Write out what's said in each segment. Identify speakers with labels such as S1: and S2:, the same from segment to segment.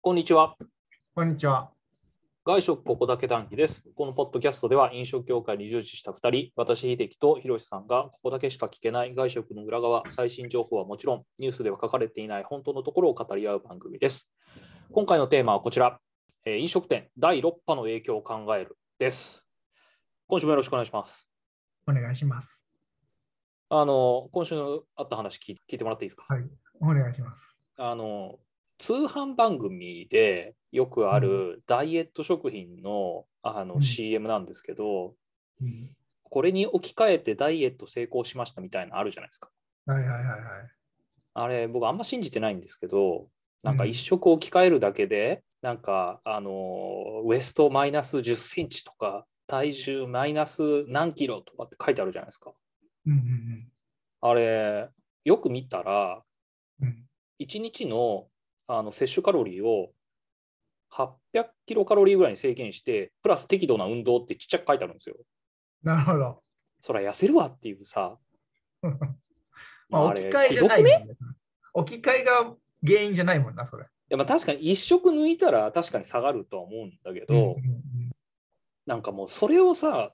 S1: こんにちは。
S2: こんにちは。
S1: 外食ここだけ談義です。このポッドキャストでは飲食業界に従事した2人、私、秀樹とひろしさんがここだけしか聞けない外食の裏側、最新情報はもちろん、ニュースでは書かれていない本当のところを語り合う番組です。今回のテーマはこちら、えー飲食店第6波の影響を考えるです。今週もよろしくお願いします。
S2: お願いします。
S1: あの、今週のあった話聞い聞いてもらっていいですか
S2: はいお願いします。
S1: あの通販番組でよくあるダイエット食品のあ
S2: う
S1: の
S2: ん
S1: CM なんですけど、
S2: うん
S1: これに置き換えてダイエット成功しましたみたいなのあるじゃないですか。
S2: はいはいはいはい。
S1: あれ僕あんま信じてないんですけどなんか
S2: うん
S1: 一食置き換えるだけで、なんかあのウエストマイナス1 0センチとか体重マイナス何キロとかって書いてあるじゃないですか。
S2: うんうん
S1: あれよく見たら
S2: うんうん。
S1: 1日のあの摂取カロリーを800キロカロリーぐらいに制限して、プラス適度な運動ってちっちゃく書いてあるんですよ。
S2: なるほど。
S1: そりゃ痩せるわっていうさ、
S2: まあ、
S1: あ
S2: 置
S1: れ
S2: き換え
S1: ひ
S2: じゃ
S1: ど
S2: な
S1: く
S2: いもん
S1: ねい
S2: ね。置き換えが原因じゃないもんな、それ。
S1: やまあ確かに一食抜いたら確かに下がるとは思うんだけど、
S2: んん
S1: なんかもうそれをさ、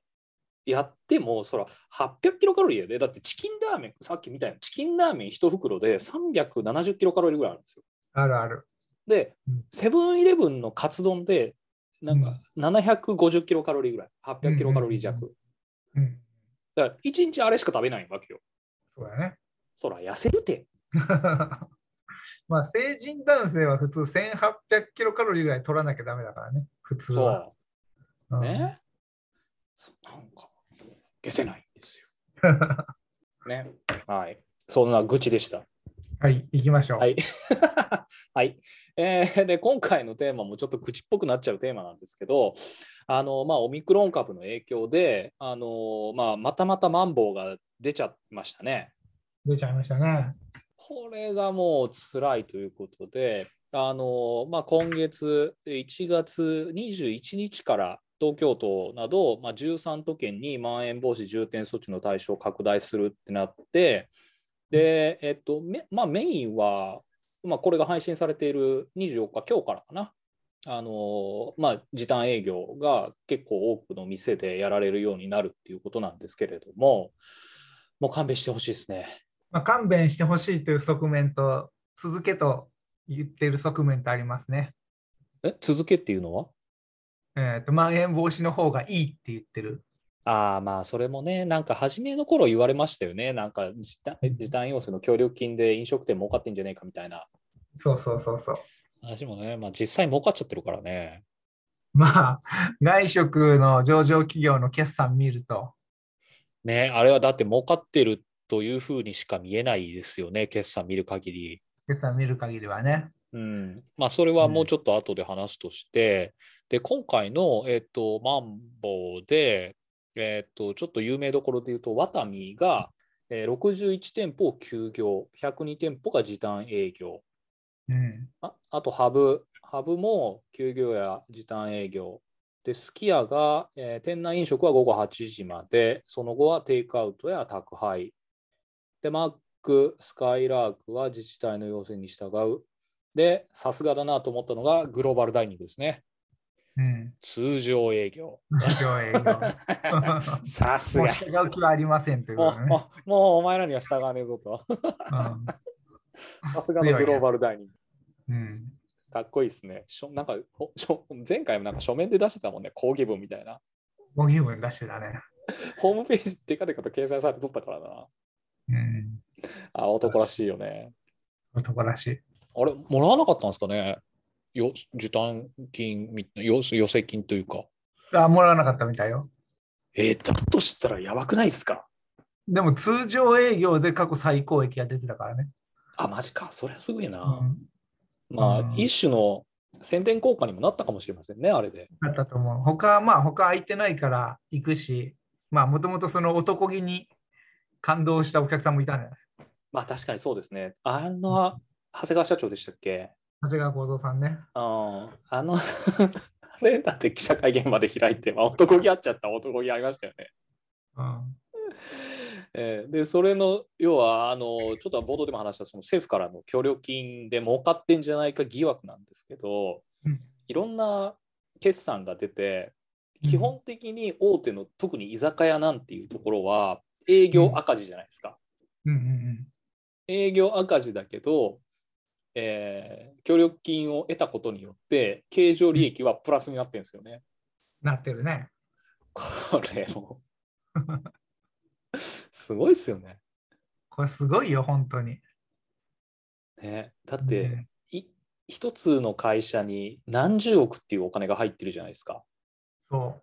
S1: やっても、そら800キロカロリーやで、だってチキンラーメン、さっきみたいなチキンラーメン1袋で370キロカロリーぐらいあるんですよ。
S2: あるある。
S1: で
S2: うん、
S1: セブンイレブンのカツ丼で、なんか750キロカロリーぐらい、800キロカロリー弱。
S2: うん。
S1: だから一日あれしか食べないわけよ。
S2: そうだね。
S1: そら痩せるて。
S2: まあ、成人男性は普通1800キロカロリーぐらい取らなきゃダメだからね。普通は。
S1: そ。
S2: そう
S1: ね。そなんか、消せないんですよ。 ね。はい。そんな愚痴でした。
S2: はい、行きましょう。
S1: はいはい。えーで、今回のテーマもちょっと口っぽくなっちゃうテーマなんですけど、あの、まあ、オミクロン株の影響で、あの、まあ、またまたマンボウが出ちゃいましたね。
S2: 出ちゃいましたね。
S1: これがもう辛いということで、あのまあ、今月1月21日から東京都など、まあ、13都県にまん延防止重点措置の対象を拡大するってなって、でえっとめまあ、メインは、まあ、これが配信されている24日、今日からかな、あのまあ、時短営業が結構多くの店でやられるようになるっていうことなんですけれども、もう勘弁してほしいですね。
S2: まあ、勘弁してほしいという側面と、続けと言っている側面とありますね。
S1: え続けっていうのは
S2: えー、とまん延防止の方がいいって言ってる。
S1: ああまあそれもねなんか初めの頃言われましたよねなんか時短時短要請の協力金で飲食店儲かってんじゃねえかみたいな
S2: そうそうそうそう。
S1: 話もねまあ実際儲かっちゃってるからね
S2: まあ、 外食の上場企業の決算見ると、
S1: ねあれはだって儲かってるというふうにしか見えないですよね決算見る限り
S2: 決算見る限りはね。
S1: うんまあそれはもうちょっと後で話すとして、で今回のえっ、とマンボウでえっ、とちょっと有名どころで言うとワタミがえー61店舗を休業102店舗が時短営業
S2: うん。
S1: ああとハブ、ハブも休業や時短営業。で、すき家が、えー店内飲食は午後8時まで、その後はテイクアウトや宅配。で、マック、スカイラークは自治体の要請に従う。で、さすがだなと思ったのがグローバルダイニングですね。
S2: うん。
S1: 通常営業。
S2: 上場営業。
S1: さす
S2: も
S1: が
S2: う。従う気はありませんという
S1: も
S2: こ
S1: う
S2: とね。
S1: もうもうお前らには従わねえぞと。 さすがのグローバルダイニング。
S2: うん。うん
S1: かっこいいですね。しょなんかほしょ前回もなんか書面で出してたもんね、講義文みたいな。
S2: ご気分出してたね。
S1: ホームページでかでかと掲載されてとったからな。
S2: うん。
S1: あ、男らしいよね。
S2: 男らしい。
S1: あれ、もらわなかったんですかねよ時短金み、よ寄せ金というか。
S2: あ、もらわなかったみたいよ。
S1: えーだとしたらやばくないですか
S2: でも通常営業で過去最高益が出てたからね。
S1: あ、マジか。そりゃすごいな。
S2: うん。
S1: まあ、
S2: うん
S1: 一種の宣伝効果にもなったかもしれませんね、あれで。
S2: あったと思う。他はまあ他空いてないから行くし、まあもともとその男気に感動したお客さんもいたね。
S1: まあ、確かにそうですね。あの、長谷川社長でしたっけ
S2: 長谷川幸三さんね。
S1: うんあの、あ れだって記者会見まで開いて、まあ、男気あっちゃった男気ありましたよね。
S2: うん。
S1: えーでそれの要はあのちょっと冒頭でも話したその政府からの協力金で儲かってんじゃないか疑惑なんですけど、
S2: うん
S1: いろんな決算が出て基本的に大手の特に居酒屋なんていうところは営業赤字じゃないですか。
S2: うんうん
S1: 営業赤字だけど、えー協力金を得たことによって経常利益はプラスになってるんですよね。
S2: なってるね。
S1: これもすごいですよね。
S2: これすごいよ、本当に。
S1: ねだって、い一つの会社に何十億っていうお金が入ってるじゃないですか。
S2: そ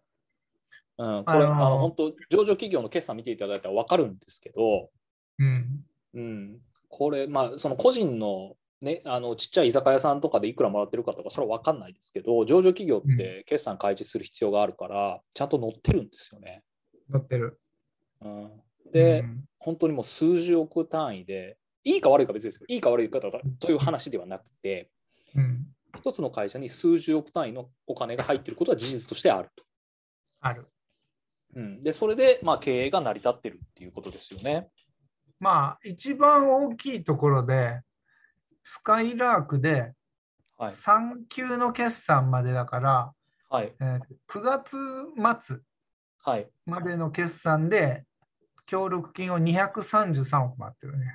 S1: うん、これ、
S2: あのー
S1: あの本当上場企業の決算見ていただいたら分かるんですけど、
S2: う。うん。
S1: うん、これ、まあ、その個人の,、ね、あのちっちゃい居酒屋さんとかでいくらもらってるかとか、それは分かんないですけど、上場企業って決算開示する必要があるから、ちゃんと載ってるんですよね。
S2: 乗ってる。
S1: うん、で、
S2: うん
S1: 本当にもう数十億単位で、いいか悪いか別ですよ。いいか悪いかとという話ではなくて、
S2: うん。
S1: 一つの会社に数十億単位のお金が入っていることは事実としてあると。
S2: ある。
S1: うん、で、それで、まあ、経営が成り立ってるっていうことですよね。
S2: まあ、一番大きいところで、スカイラークで
S1: はい。
S2: 3級の決算までだから、
S1: はい。
S2: えー9月末
S1: はい。
S2: までの決算で、協力金を233億もらってるね。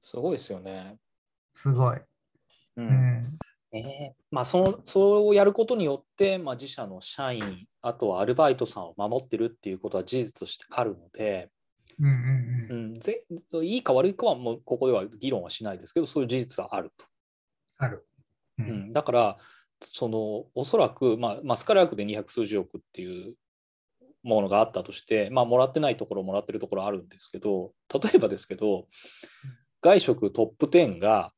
S1: すごいですよね。
S2: すごい。
S1: う
S2: う。ん。
S1: ええまあ、その、そうやることによって、まあ、自社の社員、あとはアルバイトさんを守ってるっていうことは事実としてあるので、
S2: うんうん
S1: う
S2: うん。
S1: ん、ぜいいか悪いかは、もう、ここでは議論はしないですけど、そういう事実はあると。
S2: ある。う
S1: う。ん、だからそのおそらく、まあまあ、スカイラークで200数十億っていうものがあったとして、まあ、もらってないところもらってるところあるんですけど例えばですけど外食トップ10が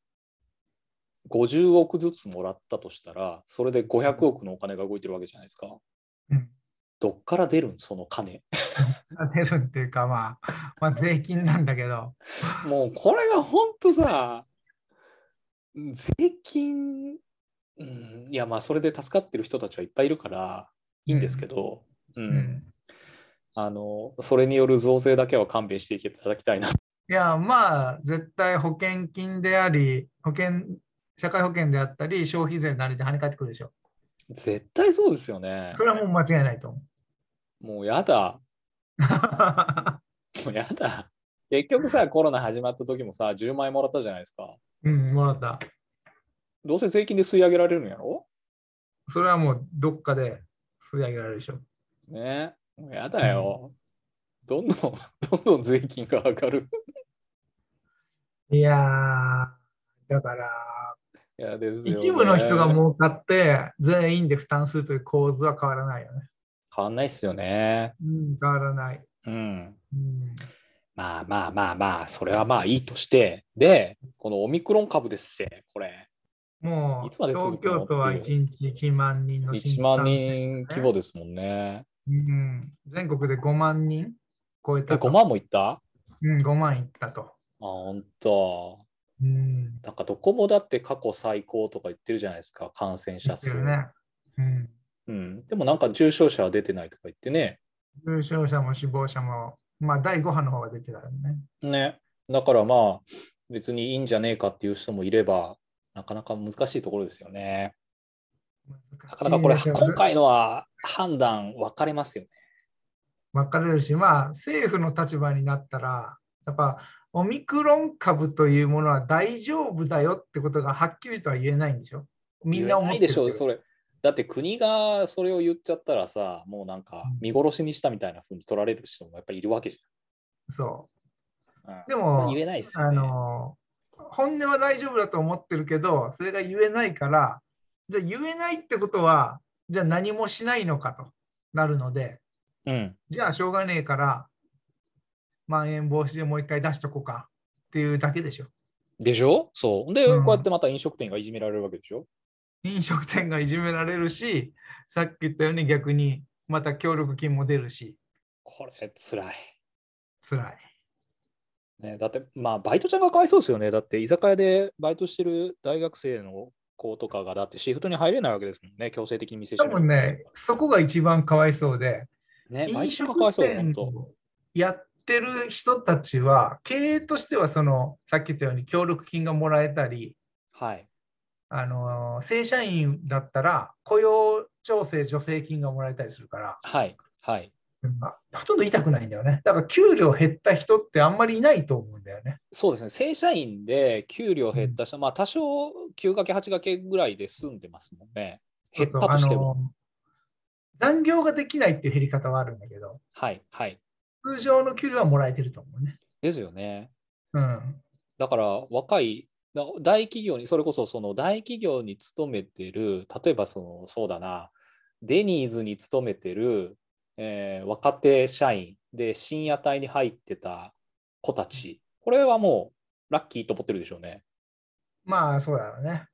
S1: 50億ずつもらったとしたらそれで500億のお金が動いてるわけじゃないですか。
S2: うん
S1: どっから出るんその金。
S2: 出るっていうか、まあ、まあ、税金なんだけど、
S1: もうこれが本当さ税金、うん、いやまあそれで助かってる人たちはいっぱいいるからいいんですけど、うん
S2: うん
S1: あのそれによる増税だけは勘弁していただきたいな。
S2: いや、まあ、絶対保険金であり、保険、社会保険であったり、消費税なりで跳ね返ってくるでしょ。
S1: 絶対そうですよね
S2: そ。れはもう間違いないと思う。
S1: もうやだ。もうやだ。結局さコロナ始まった時もさ10万円もらったじゃないですか。
S2: うん、もらった。
S1: どうせ税金で吸い上げられるんやろ
S2: それはもうどっかで吸い上げられるでしょ。
S1: ねもうやだよ。どんどん どんどん税金が上がる。
S2: いやー、だから、
S1: いやですよね
S2: 一部の人が儲かって、全員で負担するという構図は変わらないよね。
S1: 変わんないっすよね。
S2: うん、変わらない。
S1: うん。
S2: うん、
S1: まあまあまあまあ、それはまあいいとして、で、このオミクロン株ですって、これ、
S2: も、
S1: いうつまで続
S2: 東
S1: くの
S2: 京都は
S1: っ
S2: 1
S1: てい
S2: 日1万人の
S1: 1
S2: 新
S1: 万
S2: 規感染
S1: 人規模ですもんね。
S2: うん、全国で5万人超え
S1: え、
S2: たと。
S1: 5万もいったあ、
S2: うん、5万いったと。
S1: ほんと。
S2: うん。
S1: なんかどこもだって過去最高とか言ってるじゃないですか、感染者数。
S2: ですよね。うん。
S1: うん。でもなんか重症者は出てないとか言ってね。
S2: 重症者も死亡者も、まあ、第5波の方が出てたよね。
S1: ね。だからまあ、別にいいんじゃねえかっていう人もいれば、なかなか難しいところですよね。なかなかこれ、
S2: 難しいね
S1: 今。回のは判断分かれますよね。
S2: 分かれるし、まあ、政府の立場になったら、やっぱ、オミクロン株というものは大丈夫だよってことがはっきりとは言えないんでしょみんな思
S1: 言え
S2: っ
S1: ないで
S2: てる
S1: し
S2: けど
S1: ょう、それ。だって国がそれを言っちゃったらさ、もうなんか
S2: うん
S1: 見殺しにしたみたいな風に取られる人もやっぱりいるわけじ
S2: そう。
S1: ゃん。うん
S2: でも
S1: それ言えないですよ、
S2: あ
S1: ね。
S2: の本音は大丈夫だと思ってるけどそれが言えないからじゃあ言えないってことはじゃあ何もしないのかとなるので
S1: うん、
S2: じゃあしょうがねえからまん延防止でもう一回出しとこうかっていうだけでしょ
S1: でしょそう。で、
S2: うん
S1: こうやってまた飲食店がいじめられるわけでしょ
S2: 飲食店がいじめられるしさっき言ったように逆にまた協力金も出るし
S1: これ、つらい。
S2: 辛い
S1: ね、だって、まあ、バイトちゃんがかわいそうですよね。だって、居酒屋でバイトしてる大学生の子とかが、だってシフトに入れないわけですもんね、強制的に店
S2: 多
S1: 閉め
S2: 分ねそこが一番かわいそうで
S1: ね、バイ
S2: 飲
S1: トちゃん
S2: 食
S1: がかわいそうだ、本
S2: 店
S1: 当。
S2: をやっってる人たちは、経営としてはその、さっき言ったように協力金がもらえたり、
S1: はい。
S2: あの正社員だったら雇用調整助成金がもらえたりするから、
S1: はい。はい。
S2: まあほとんど痛くないんだよね。だから給料減った人ってあんまりいないと思うんだよね。
S1: そうですね。正社員で給料減った人、まあ多少9掛け8掛けぐらいで済んでますもんね。減ったとしても。
S2: そうそうあの残業ができないっていう減り方はあるんだけど、
S1: はい。はい。
S2: 通常の給料はもらえてると思うね。
S1: ですよね。
S2: うん。
S1: だから若いだ大企業にそれこそその大企業に勤めてる例えばそのそうだなデニーズに勤めてる、えー若手社員で深夜帯に入ってた子たちこれはもうラッキーと思ってるでしょうね。
S2: まあそうだろうね。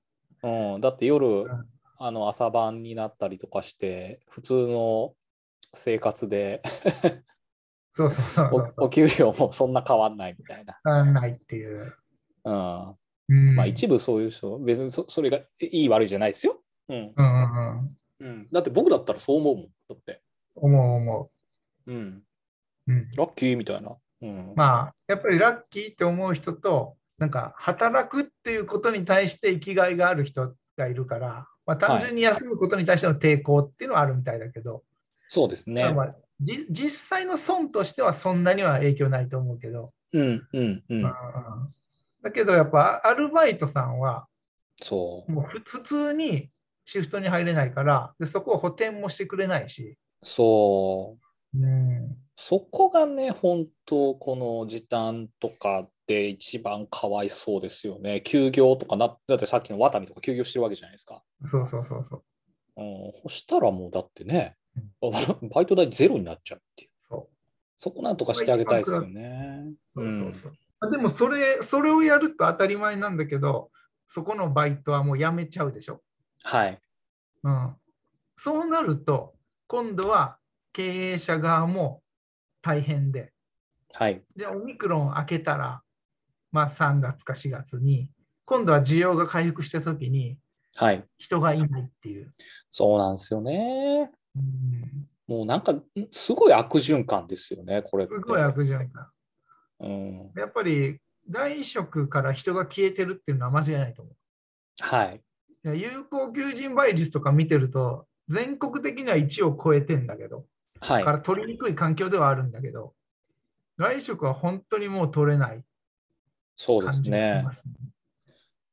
S1: うん、だって夜、
S2: ん
S1: あの朝晩になったりとかして普通の生活で
S2: そうそうそうそう。
S1: おお給料もそんな変わんないみたいな。
S2: わかんないっていう。
S1: うん
S2: うん、
S1: まあ一部そういう人、別にそそれがいい悪いじゃないですよ。うん
S2: うんうんうん。
S1: うん、だって僕だったらそう思うもん。だって。
S2: 思う思
S1: うん、
S2: う。うん。
S1: ラッキーみたいな。うん
S2: まあ、やっぱりラッキーって思う人と、なんか働くっていうことに対して生きがいがある人がいるから、まあ、単純に休むことに対しての抵抗っていうのはあるみたいだけど、
S1: そうですね。
S2: まあ、じ実際の損としてはそんなには影響ないと思うけど、
S1: うんうんう
S2: うん
S1: ん。
S2: だけどやっぱアルバイトさんは
S1: そう。
S2: もうふ普通にシフトに入れないからで、そこを補填もしてくれないし、
S1: そう。
S2: うん、
S1: そこがね、本当この時短とかって一番かわいそうですよね。休業とかな、だってさっきのワタミとか休業してるわけじゃないですか。
S2: そうそうそうそう
S1: うん、そしたらもうだってね、バイト代ゼロになっちゃうっていう。
S2: そう
S1: そこなんとかしてあげたいですよね。
S2: そうそうそう。あでもそれ、それをやると当たり前なんだけど、そこのバイトはもうやめちゃうでしょ。
S1: はい。
S2: うん、そうなると、今度は経営者側も大変で、
S1: はい。
S2: じゃあオミクロン開けたら、まあ3月か4月に、今度は需要が回復したときに
S1: はい。
S2: 人がいないっていう。
S1: そうなんですよね。
S2: うん
S1: もうなんか、んすごい悪循環ですよね、これって。
S2: すごい悪循環。
S1: うん。
S2: やっぱり外食から人が消えてるっていうのは間違いないと思う。
S1: はい。
S2: いや有効求人倍率とか見てると、全国的には1を超えてんだけど、
S1: はい
S2: か。ら取りにくい環境ではあるんだけど、外食は本当にもう取れない
S1: そうで
S2: 感
S1: す
S2: じがし
S1: ね。
S2: ますね。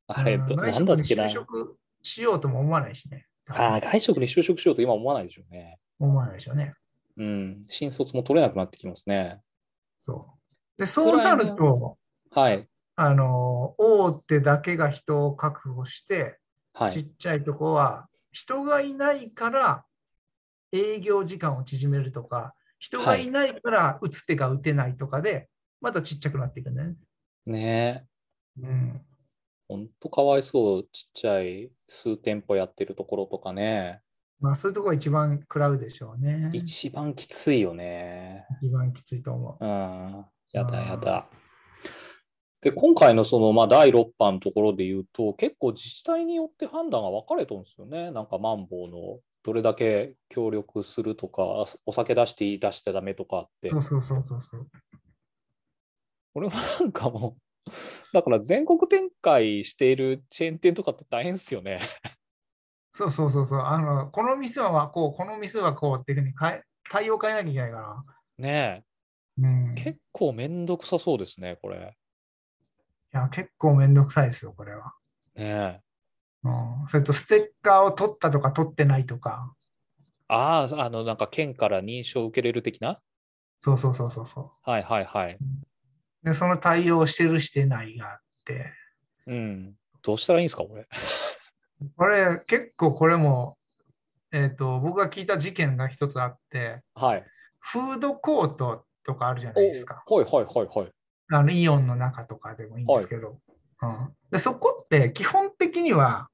S1: あれ、
S2: うん
S1: ど
S2: 外
S1: なん
S2: 食
S1: だっ
S2: に
S1: けな
S2: 就。職しようとも思わないしね。
S1: あー外食に就職しようと今思わないでしょうね。
S2: 思わないでしょうね。
S1: うん。新卒も取れなくなってきますね。
S2: そうでそうなると、
S1: はい。
S2: あの大手だけが人を確保して、
S1: は
S2: ちっ
S1: い。
S2: ちゃいとこは人がいないから営業時間を縮めるとか、人がいないから打つ手が打てないとかで、またちっちゃくなっていくんだよね。
S1: ねえ。
S2: うん、
S1: ほんとかわいそう。ちっちゃい数店舗やってるところとかね。
S2: まあそういうとこが一番食らうでしょうね。一
S1: 一番きついよね。
S2: 番きついと思う。
S1: うんやだ
S2: うん
S1: やだ。で、今回のその、まあ、第6波のところで言うと、結構自治体によって判断が分かれとるんですよね。なんか、マンボウのどれだけ協力するとか、お酒出していい、出してダメとかって
S2: そ。うそうそうそうそう。
S1: 俺はなんかもう、だから全国展開しているチェーン店とかって大変ですよね。
S2: そうそうそうそう。あのこの店はこう、この店はこうっていうふうに変え対応変えなきゃいけないか
S1: ね
S2: ら。うん、
S1: え、
S2: い
S1: 結構めんどくさそうですね、これ。
S2: や結構めんどくさいですよ、これは。
S1: ねえ。
S2: うん、それとステッカーを取ったとか取ってないとか。
S1: ああ、あの、なんか県から認証を受けれる的な
S2: そうそうそうそうそ
S1: はいはいはい。
S2: う。で、その対応してるしてないがあって。
S1: うん。どうしたらいいんですか、これ。
S2: これ結構これも、えっと僕が聞いた事件が一つあって、
S1: はい。
S2: フードコートとかあるじゃないですか。
S1: おはいはいはいはい。
S2: あのイオンの中とかでもいいんですけど、うん、でそこって基本的には、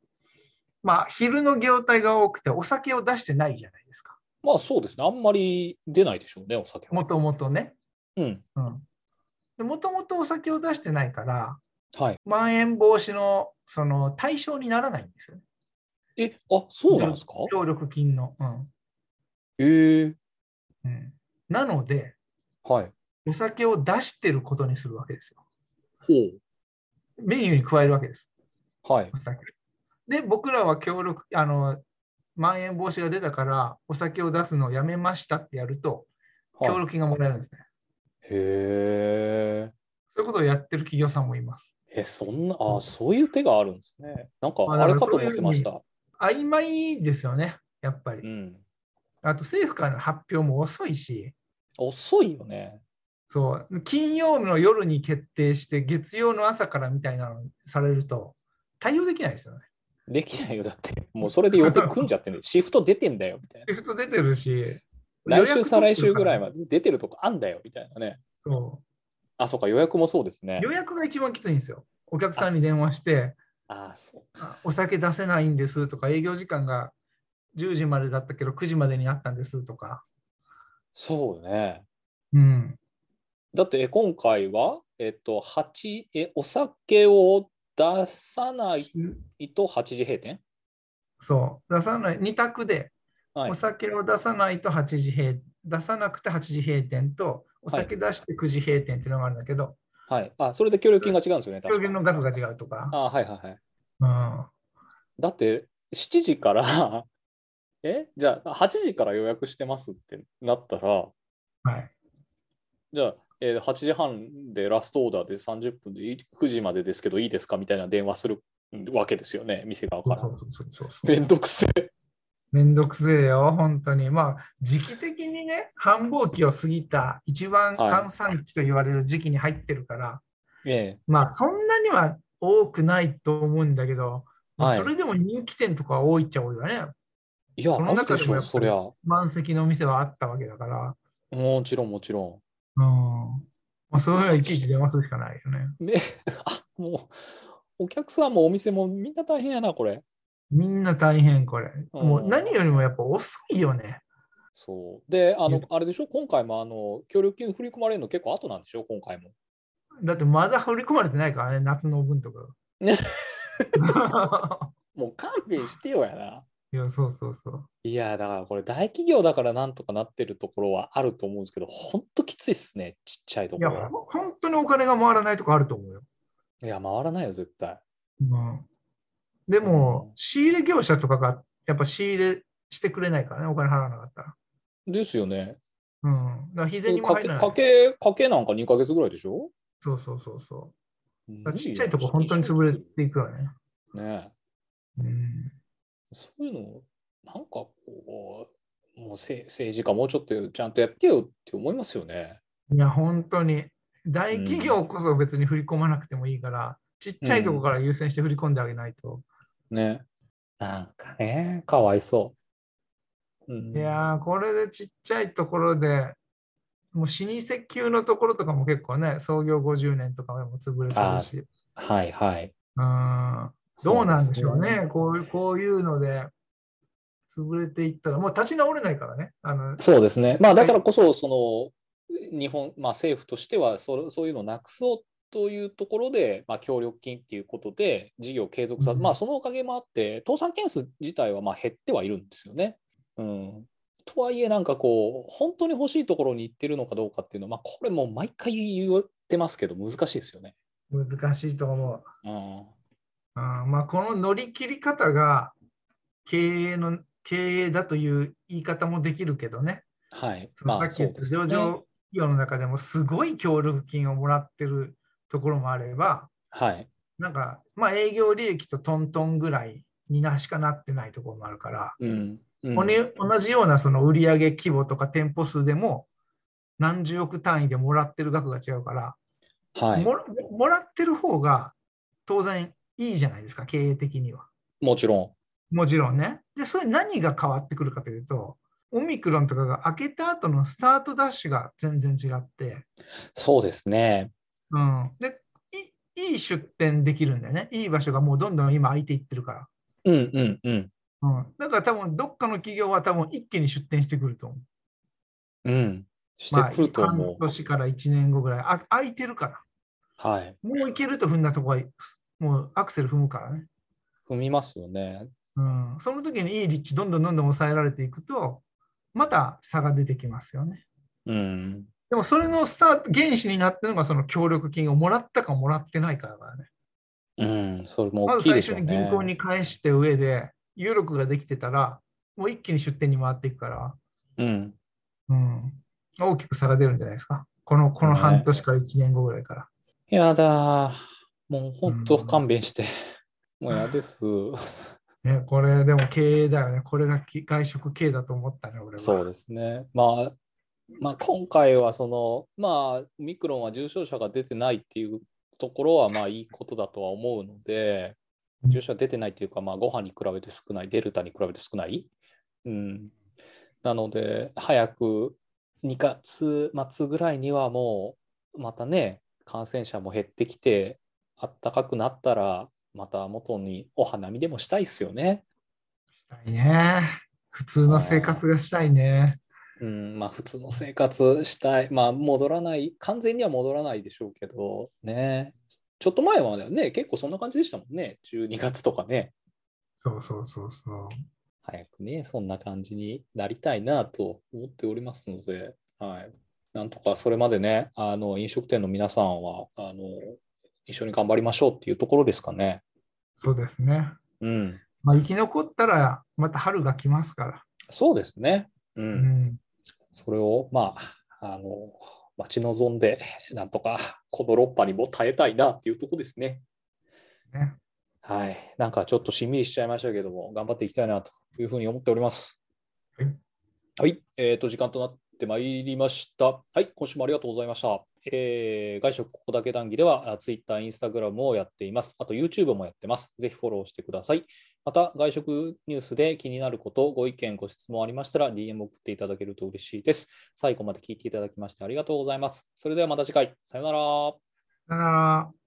S2: まあ、昼の業態が多くてお酒を出してないじゃないですか
S1: まあそうですね。あんまり出ないでしょうね、お酒は。
S2: もともとね。
S1: うん。
S2: もともとお酒を出してないから
S1: はい。
S2: まん延防止のその対象にならないんですよね
S1: え、あそうなんですか
S2: 協力金の。うん
S1: ええ
S2: うん、なので
S1: はい。
S2: お酒を出してることにするわけですよ。
S1: ほ
S2: メニューに加えるわけです。
S1: う。はい
S2: お。酒。で、僕らは協力、あの、まん延防止が出たから、お酒を出すのをやめましたってやると、
S1: はい
S2: 協力金がもらえるんですね。
S1: へえ。
S2: そういうことをやってる企業さんもいます。
S1: え、そんな、あ、そういう手があるんですね。なんか、
S2: まあだ
S1: あれ
S2: から
S1: かと思ってました。
S2: 曖昧ですよね、やっぱり。
S1: うん。
S2: あと政府からの発表も遅いし、
S1: 遅いよね。
S2: そう、金曜の夜に決定して、月曜の朝からみたいなのされると、対応できないですよね。
S1: できないよ。だって、もうそれで予定組んじゃ ってる。シフト出てんだよ、みたい
S2: シフト出てるし、
S1: な。来週、再来週ぐらいま
S2: で。
S1: で出てるとこあんだよ、みたいなね。
S2: そ
S1: あ、そうか、予約もそうですね
S2: う。。予約が一番きついんですよ。お客さんに電話して、
S1: あ、そう。
S2: あお酒出せないんですとか、営業時間が10時までだったけど、9時までになったんですとか。
S1: そうね。
S2: うん。
S1: だって、え今回は、えっと、8、え、お酒を出さないと8時閉店
S2: そう。出さない、2択で、
S1: はい
S2: お。酒を出さないと8時閉、出さなくて8時閉店と、お酒出して9時閉店っていうのがあるんだけど、
S1: はい。あ、それで協力金が違うんですよね、
S2: 表
S1: 確か
S2: 現の額が違うとか。
S1: あ、はいはいはい。
S2: うん
S1: だって7時から えじゃあ8時から予約してますってなったら
S2: はい、
S1: じゃあ、えー8時半でラストオーダーで30分でい9時までですけどいいですかみたいな電話するわけですよね店側
S2: そ
S1: か
S2: うそ
S1: ら。
S2: うそうそうそう。
S1: めんどくせ え。
S2: めんどくせえよ、本当に。まあ、時期的にね、繁忙期を過ぎた、一番
S1: はい
S2: 閑散期と言われる時期に入ってるから、
S1: え
S2: まあ、そんなには多くないと思うんだけど、まあ
S1: はい
S2: それでも人気店とかは多いっちゃ多いわね。
S1: えいや、
S2: その
S1: ある
S2: 中
S1: で
S2: で
S1: し
S2: もや
S1: ょ、
S2: っぱり
S1: そりゃ。も
S2: 満席のお店はあったわけだから、
S1: ちろん、もちろ
S2: うんまあ、そういうのはいちいち電話するしかないよ
S1: ん。
S2: ね。
S1: ね、 あもう、お客さんもお店もみんな大変やな、これ。
S2: みんな大変これ。
S1: うん
S2: もう何よりもやっぱ遅いよね。
S1: そう。で、あの
S2: ね、
S1: あれでしょ、今回も、あの、協力金振り込まれるの結構後なんでしょ、今回も。
S2: だってまだ振り込まれてないからね、夏の分 とか。
S1: ねもう勘弁してよやな。
S2: いや、そうそうそう。
S1: いや、だからこれ大企業だからなんとかなってるところはあると思うんですけど、ほんときついっすね、ちっちゃいと
S2: い
S1: こ
S2: や、
S1: ろは。
S2: ほ本当にお金が回らないとかあると思うよ。
S1: いや、回らないよ、絶対。
S2: うん、で
S1: う
S2: も
S1: ん、
S2: 仕入れ業者とかがやっぱ仕入れしてくれないからね、お金払わなかったら。
S1: ですよね。
S2: うん。だから、日銭にも
S1: か
S2: 入
S1: け、
S2: らない。
S1: かけ、かけなんか2ヶ月ぐらいでしょ
S2: そうそうそうそう。
S1: 無理
S2: ちっちゃいとこ本当に潰れていくわね。
S1: ね
S2: うん、
S1: えそういうの、なんかこう、もうせ政治家もうちょっとちゃんとやってよって思いますよね。
S2: いや、本当に。大企業こそ別に振り込まなくてもいいから、ちっちゃいとこから優先して振り込んであげないと。
S1: ね。なんかね、かわいそう。うん
S2: いやー、これでちっちゃいところで、もう老舗級のところとかも結構ね、創業50年とかも潰れてるし、
S1: はいはい。
S2: うんどうなんでしょ
S1: そ
S2: うね、こういうこういうので、潰れていったら、もう立ち直れないからね。あの
S1: そうですね。まあだからこそ、その日本、まあ、政府としてはそ、そういうのをなくそうというところで、まあ、協力金っていうことで、事業を継続させ、
S2: うん
S1: まあそのおかげもあって、倒産件数自体はまあ減ってはいるんですよね。うん、とはいえ、なんかこう、本当に欲しいところに行ってるのかどうかっていうのは、まあ、これもう毎回言ってますけど、難しいですよね。
S2: 難しいと思う。
S1: うん、
S2: あーまあ、この乗り切り方が経営の経営だという言い方もできるけどね、
S1: はい。
S2: その
S1: まあ
S2: さっき言った
S1: そ
S2: 上場
S1: うですね
S2: 企業の中でもすごい協力金をもらってるところもあれば、
S1: はい。
S2: なんか、まあ、営業利益とトントンぐらいになしかなってないところもあるから、
S1: うん。うん
S2: おね同じようなその売上規模とか店舗数でも何十億単位でもらってる額が違うから、
S1: はい、
S2: もらもらってる方が当然いいじゃないですか、経営的には。
S1: もちろん。
S2: もちろんね。で、それ何が変わってくるかというと、オミクロンとかが開けた後のスタートダッシュが全然違って、
S1: そうですね。
S2: うん。で、いいいい出店できるんだよね。いい場所がもうどんどん今空いていってるから。
S1: うんうんうん。
S2: うん。だから多分どっかの企業は多分一気に出店してくると思う。
S1: うん。してくると思
S2: ま
S1: う。
S2: あ、半年から1年後ぐらいあ、空いてるから。
S1: はい。
S2: もう行けると踏んだとこは、もうアクセル踏むからね。
S1: 踏みますよね。
S2: うん。その時にいい立地どんどんどんどん抑えられていくと、また差が出てきますよね。
S1: うん。
S2: でもそれのスタート、原資になってるのがその協力金をもらったかもらってないかだからね。
S1: うん、それも
S2: ま
S1: 大
S2: ず
S1: きい
S2: 最
S1: でしょう
S2: 初に
S1: ね。
S2: 銀行に返して上で、有力ができてたら、もう一気に出店に回っていくから、
S1: うん、
S2: うん、大きく差が出るんじゃないですか。このこの
S1: ね
S2: 半年から1年後ぐらいから。
S1: やだー、もう本当
S2: うん
S1: 勘弁して。もうやです。
S2: ね、これでも経営だよね。これがき外食経営だと思ったね、俺は。
S1: そうですね。まあ、まあ、今回はその、まあ、オミクロンは重症者が出てないっていうところは、まあいいことだとは思うので、重症者出てないっていうか、まあ、ご飯に比べて少ない、デルタに比べて少ない。うん、なので、早く2月末ぐらいにはもう、またね、感染者も減ってきて、あったかくなったら、また元にお花見でもしたいですよね。
S2: したいね。普通の生活がしたいね。
S1: うん、まあ普通の生活したい。まあ戻らない、完全には戻らないでしょうけど、ね。ちょっと前はね、結構そんな感じでしたもんね。12月とかね。
S2: そうそうそうそう。
S1: 早くね、そんな感じになりたいなと思っておりますので、はい。なんとかそれまでね、あの、飲食店の皆さんは、あの、一緒に頑張りましょうっていうところですかね。
S2: そうですね。
S1: うん。
S2: まあ、生き残ったら、また春が来ますから。
S1: そうですね。う。
S2: うんん。
S1: それを、まあ、あの、待ち望んで、なんとか、この6波にも耐えたいなっていうところですね。
S2: ね
S1: はい。なんかちょっとしんみりしちゃいましたけども、頑張っていきたいなというふうに思っております。
S2: はい。
S1: はい。えっ、と、時間となってまいりました。はい。今週もありがとうございました。えー外食ここだけ談義では、あ Twitter、Instagram をやっています。あと YouTube もやってます。ぜひフォローしてください。また、外食ニュースで気になること、ご意見、ご質問ありましたら、DM 送っていただけると嬉しいです。最後まで聞いていただきましてありがとうございます。それではまた次回。さようなら。
S2: さよなら。